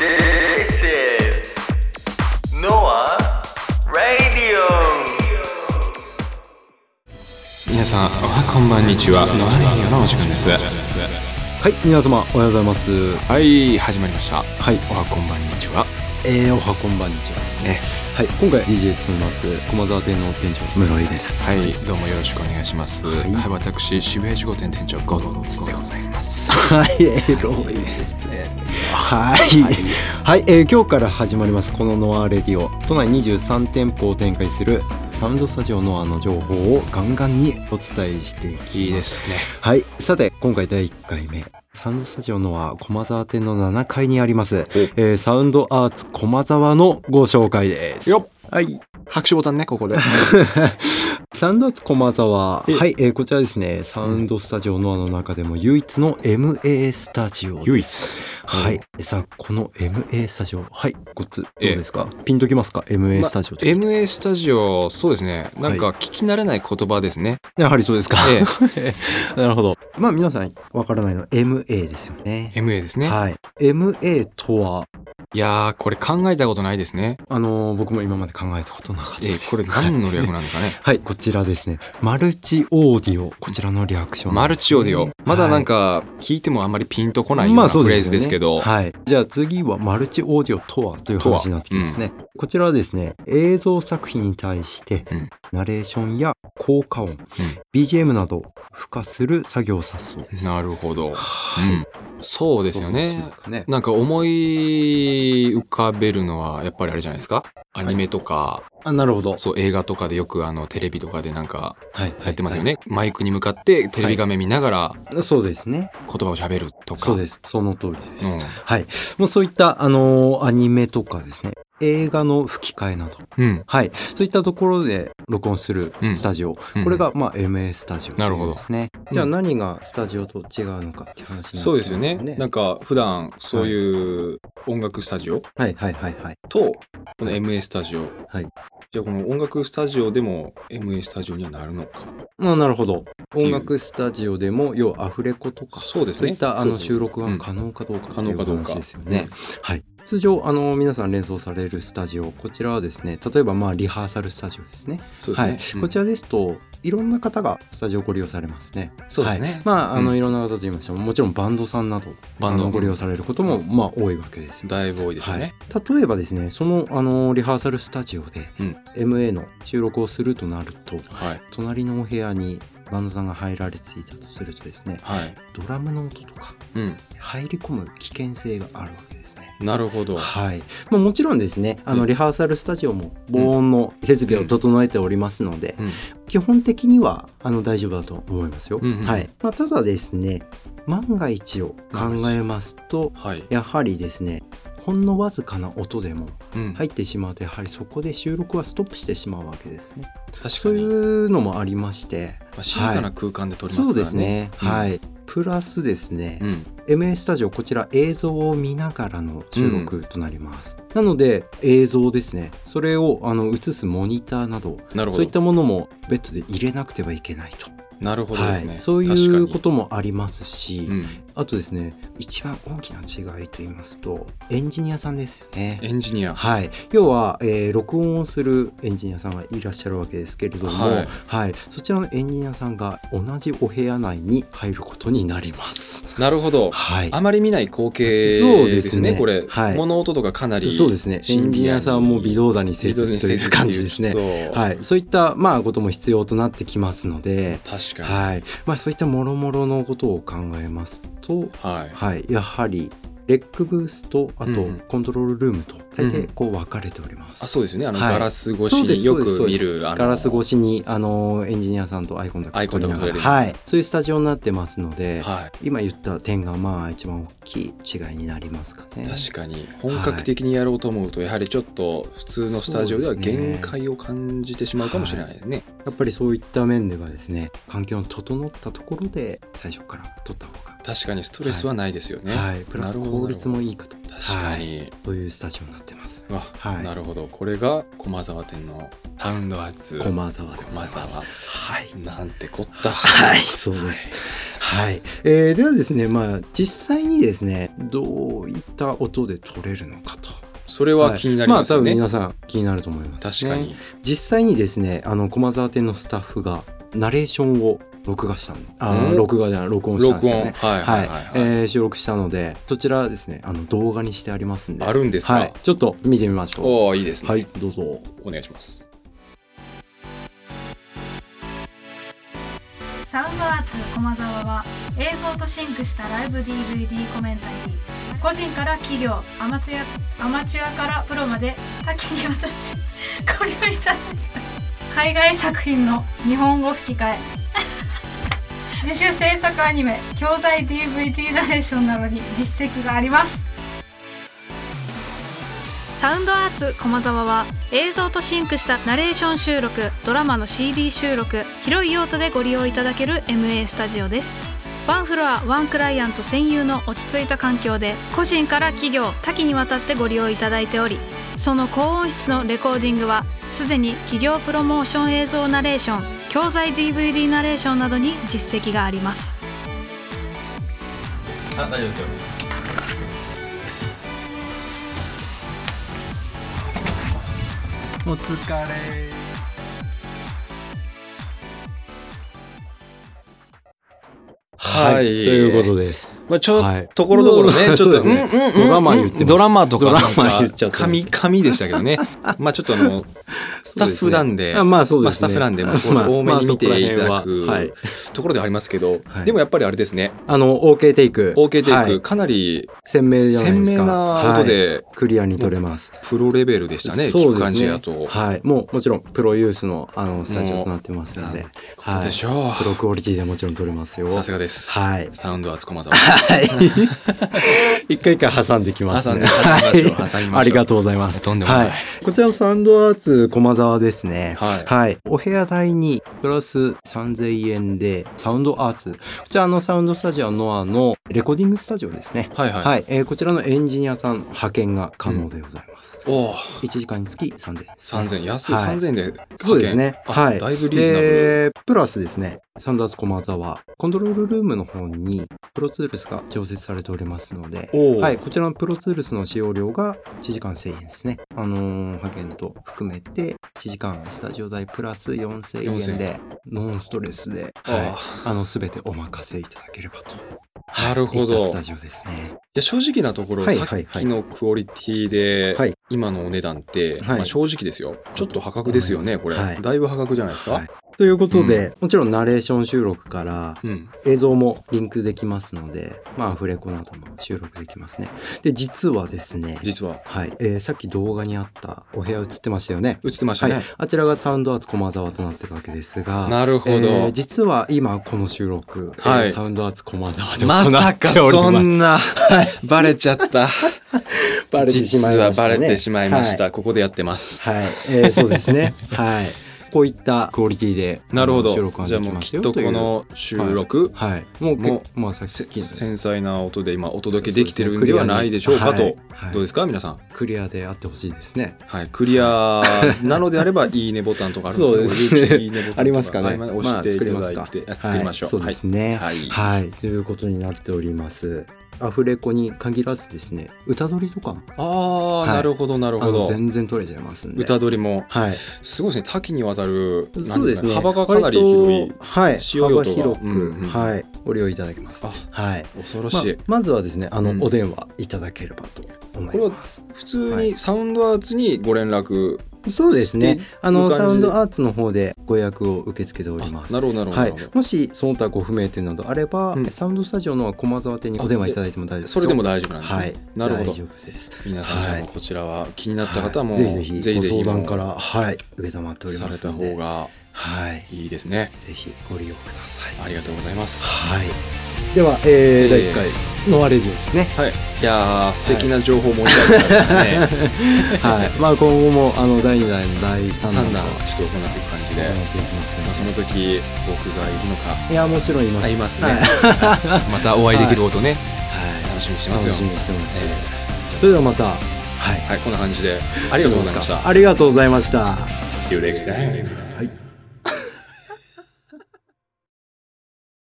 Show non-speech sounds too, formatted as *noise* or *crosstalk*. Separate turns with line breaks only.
This is Noah Radio.
皆さんおはこんばんにちはノアレイオのお時間です
はい、皆様おはようございます。
はい始まりました
はい、
おはこんばんにちは
えー、おはこんばんにちはですね。
ね
はい、今回 DJ 務めます駒沢店の店長室井です。
はいどうもよろしくお願いしますはいい、私渋谷事後店店長ゴロツでございます
はい、エロいですね。はい、はい、えー、今日から始まりますこのノアレディオ都内23店舗を展開するサウンドスタジオノアの情報をガンガンにお伝えしていきます。
いいですね
はい、さて今回第1回目サウンドスタジオのは駒沢店の7階にあります、えーサウンドアーツ駒沢のご紹介です
よ
はい
拍手ボタンねここ *laughs* で
サウンドアーツ駒沢
え
はい、えーこちらですねサウンドスタジオノアの中でも唯一の MA スタジオ
唯一
はいさあこの MA スタジオはいこっちどう
ええ
ですか、ピンときますか MA
ま
スタジオと聞いて、
MA スタジオそうですねなんか
は
聞き慣れない言葉ですね、
やはりそうですか、
え
*laughs* なるほどまあ皆さんわからないのは MA ですよね
MA ですね、、
はい MA とはい
やーこれ考えたことないですね
あのー僕も今まで考えたことなかった
え
で
ー
す。
これ何の略なんですかね
はい、こちらですね。マルチオーディオ。こちらの略称な
マ
ん
ル
です
チ
ね、
オーディオまだなん
は
か聞いてもあんまりピンとこ
い、
ないような
そう
フレーズですけど、
よねはい。じゃあ次はマルチオーディオとはという
とは
話になってきますね。こちらはですね、映像作品に対して、
うん
ナレーションや効果音、BGM など、付加する作業を指すそうです。
なるほど、
は
うん、そう
い
ですよ
想像し
ね
ますかね
なんか思い浮かべるのはやっぱりあれじゃないですかアニメとか、
あ、なるほど。
そう映画とかでよくあのテレビとかでなんか
はい。
やってますよね、マイクに向かってテレビ画面見ながら
はい。そうですね。
言葉を喋るとか、
そうです。その通りです。
う
はい。もうそういった、あのーアニメとかですね、映画の吹き替えなど、
うん
はい。そういったところで録音する
うん
スタジオ。
うん
これが、まあ、MA スタジオと
なる
い
ほ
う
ど
ですね。
うん
じゃあ何がスタジオと違うのかっていう話に
そ
な
う
って
で
き
すよ
ます
ね
よね。
なんか普段そういう音楽スタジオ
はいはいはいはい。
とこの MA スタジオ、
はい
じゃあこの音楽スタジオでも MA スタジオにはなるのか
まあ、なるほど。
いう
音楽スタジオでも、要はアフレコとか、
そうです
そう
ね
いったあ
そ
の
うそう
収録
う
が
ん
可能かどうか
可
とい
能
う
かどうか
話ですよね。はい。通常、あの、皆さん連想されるスタジオ、こちらはですね、例えば、まあ、リハーサルスタジオですね。
そうです
は
ね、
い、
うん
こちらですといろんな方がスタジオをご利用されますね。
そうですね、
はいまああの、
うん
いろんな方と言いましてももちろんバンドさんなど
バン
あ
ド
のご利用されることもまあ多いわけですよ。
だいぶ多いでしょうね、
はい、例えばですねそのあのリハーサルスタジオで、
うん
MA の収録をするとなると
はい
隣のお部屋にバンドさんが入られていたとするとですね
はい、
ドラムの音とか
うん
入り込む危険性があるわけですね。
なるほど。
はい、まあ、もちろんですねあ
う
の
ん
リハーサルスタジオも防音の設備を整えておりますので、
うん
基本的にはあの大丈夫だと思いますよ。
うんうん
はいまあ、ただですね万が一を考えますと
はい。
やはりですねほんのわずかな音でも
うん
入ってしまうとやはりそこで収録はストップしてしまうわけですね。
確か
そうい
に。
うのもありまして
まあ静かな空間で撮りま
そ
す
う
か
で
ら
す
ね。
ね、
うん
はいプラスですね、
うん。
MA スタジオこちら映像を見ながらの収録となります、なので映像ですねそれをあの映すモニターなど
なるほ
そういっ
ど。
たものも別で入れなくてはいけないと、
なるほどで
は
すね。
い、そういうこ
確か
ともありますし、
に。うん。
あとですね一番大きな違いと言いますとエンジニアさんですよね
エンジニア。
はい、要は、えー録音をするエンジニアさんがいらっしゃるわけですけれども、
は
はいいそちらのエンジニアさんが同じお部屋内に入ることになります。
なるほど。
はい
あまり見ない光景
そう
で
ですす
ね。
ね
これ
はい
物音とかかなり。
そうですねエンジニアさんも微動だにせ
微動
ず
に
と
せ
い
ず
う感じです
って
ね。
いうと
はい、そういった、まあ、ことも必要となってきますので、
確か
はいまあ、そういったもろもろのことを考えますと、
に。はい。
はい、やはりレックブースとあ
うん
と
うん
コントロールルームと大
うん
抵こう分かれております。
あ、そうですよね。あの
はい
ガラス越し
そうです
によ
そうです
く見るあの
ガラス越しにあのエンジニアさんとアイコンタクト
アイコンタクト取れる
はい、そういうスタジオになってますので、
はい。
今言った点がまあ一番大きい違いになりますかね。
確かに本格的にやろうと思うとやはりちょっと普通のスタジオでは
そうですね
限界を感じてしまうかもしれないですね。
やっぱりそういった面ではですね環境の整ったところで最初から取った方が、
確かにストレスはないですよね。
はい、プラス
なるほど
効率もいいかと
確確かに、
というスタジオになってます
わ
はい
なるほどこれが駒沢店のタウンドアーツ
駒沢でござ
駒
います
沢
はい
なんてこった
はい、そう
*laughs*
です。はい、えーではですね、まあ、実際にですね、どういった音で取れるのかと。
それは気になりますよ
はい
ね、
まあ、多分皆さん気になると思います、
確かに、。
実際にですね、あの駒沢店のスタッフがナレーションを録画したの。あの
うん
録画じゃない、録音したん
録
です
音
よ
はい
ね。
はいは
は、
いい、
えー収録したので、そちらですね、あの動画にしてありますんで。
あるんですか、
はい、ちょっと見てみましょう。
おおいいですね、
はい、どうぞ。
お願いします
サウンドアーツ駒沢は映像とシンクしたライブ DVD コメンタリー個人から企業アマチュアアマチュアからプロまで多岐にわたってご利用いただいた海外作品の日本語吹き替え自主制作アニメ教材 DVD ナレーションなどに実績がありますサウンドアーツ駒沢は映像とシンクしたナレーション収録ドラマの CD 収録広い用途でご利用いただける MA スタジオですワンフロアワンクライアント専用の落ち着いた環境で個人から企業多岐にわたってご利用いただいておりその高音質のレコーディングはすでに企業プロモーション映像ナレーション教材 DVD ナレーションなどに実績があります
あ大丈夫ですよ
お疲れ。はい、
はい
ということです。
まあちょ
はい
ところどころね、
うん
ちょっと、
そうですね
うんうんうん
ドラマ言ってます
ドラマとかなんか
ドラマ言っちゃってます
紙紙でしたけどねまあちょっとあのスタッフなんで
あまあそう
ま
で
あ、ス
すね。
タッフなん
*laughs*
で、まあ、こう
まあ
多めに見ていた
ま
だ
あそこら辺ははい
くところではありますけど、
はい
でもやっぱりあれですね、
あの OK テイク
OK テイク、
はい
かなり
鮮明じゃない
鮮
ですか
明な音
はい
で
クリアに取れます
プロレベルでしたね、
そう
聞
ですね
く感じだと。
はいもうもちろんプロユースのあのスタジオとなってます
な
の
ん
で
てことでしょう、
プロクオリティでもちろん取れますよ
さすがです。
はい
サウンドはつこまざわ。
一回一回挟んできます
挟ん
ね
で挟みましょう
はい
挟みましょう
ありがとうございます
とんでもない。
はこちらのサンドアーツ駒沢ですね
はい
はい、お部屋代にプラス3000円でサウンドアーツこちらのサウンドスタジオノアのレコーディングスタジオですね
はいはい。
はい、えーこちらのエンジニアさん派遣が可能でございます。
おお、
1時間につき3000円ですね、
三千安い
はい
三千円で、
そうですね
あ
はい
だいぶリーズナブル。
で、プラスですね、サンダース駒沢、コントロールルームの方に、プロツールスが常設されておりますので、
おお、
はい、こちらのプロツールスの使用料が1時間1000円ですね。あのー派遣と含めて、1時間スタジオ代プラス4000円で、ノンストレスで、
あー
はい、あの、すべてお任せいただければと。
なるほど
いったスタジオですね。
いや正直なところ、
はいはいはい
さっきのクオリティで、
はい
今のお値段って、
はい
まあ、正直ですよちょっと破格ですよね
思い
これ、
ますはい
だいぶ破格じゃないですか、
はいということで、もちろんナレーション収録から
うん、
映像もリンクできますので、まあ、アフレコなども収録できますね。で、実はですね、
実は
はい、えーさっき動画にあったお部屋映ってましたよね。
映ってました
はい
ね、、
あちらがサウンドアーツ駒沢となってるわけですが、
なるほど、
えー実は今この収録、えー
はい
サウンドアーツ駒沢で行
まさ
っ
か
ております。
そんな、バレちゃった。
*laughs* バレてし
実
まいま
は
した
バ
ね
レてしまいました。ここでやってます。
はい、えーそうで
*laughs*
すね。はい、こういったクオリティで
なるほ
あの収録
ど。
が
じゃ
で
あ
き
もう
ま
き
す
っ
よ
と
という
この収録、
はい、もうけ
も
まあさっ
せ
きの
繊細な音で今音だけできてるんではないでしょうかと。どうですか皆さん。
クリアであってほしいですね。
はい、クリアなのであれば、いいねボタンとかあるん
*laughs* そうですね
これ YouTube いいねボタンと
ありますかね。
はいまあ押していただいて、
ま
あ
あ
作りましょう。
はいそうですね。は
はい。
い、
はい
ということになっております。アフレコに限らずですね、歌取りとかも
ああ、
い
なるほど、なる
あ
ほ
の
ど。
全然取れちゃいますんで。
歌取りも、
はい。
すごいですね。多岐にわたる、なんてい
そうですね。
幅がかなり広い
割。とはい。
使用用
幅
途が
広く、
うんうん
はい。ご利用いただけます。
あ
はい。
恐ろ
まあ
しい。
まずはですね、あの、
うん
お電話いただければと思います。
普通
は
に
い
サウンドアーツにご連絡、
そうですね
して。
あの
いう感じで
サウンドアーツの方でご予約を受け付けてお
あ
ります。
なるほどなるほど、
は
ないるほど、
もしその他ご不明点などあれば、
うん
サウンドスタジオの駒沢店にお電話いただいても大丈夫です
それでも
大
大丈夫なんですね、
はい
なるほ
丈
ど
夫です
皆さん、
は
じ
い
ゃあこちらは気になった方も、
はいぜひぜひご相談から
も
はい承っており
さ
ま
れ
す
た
ので
方が
はい
いいですね
ぜひご利用ください
ありがとうございます
はいでは、え
え
ー、
ー
第1回のアレジオですね
*laughs* はいいやー素敵な情報もいただきました *laughs* ね、
はいまあ今後もあの第2弾第3
サン
弾
ダーはちょっと行っていく感じで、
行っていきます
まあ、そ
の
の時僕がいるのか
でいやもちろんいます
あい *laughs* ますね、
はい
またお会いできることね、
は
楽しみにし
い
ますよ
楽しみにしてます、
えーじゃあ
それではまたはい
はい、こんな感じで、
あ
あ
り
り
が
が
と
とうご
うござ
ざ
い
い
ま
ま
し
したた。
ありがとうございました
See you next time.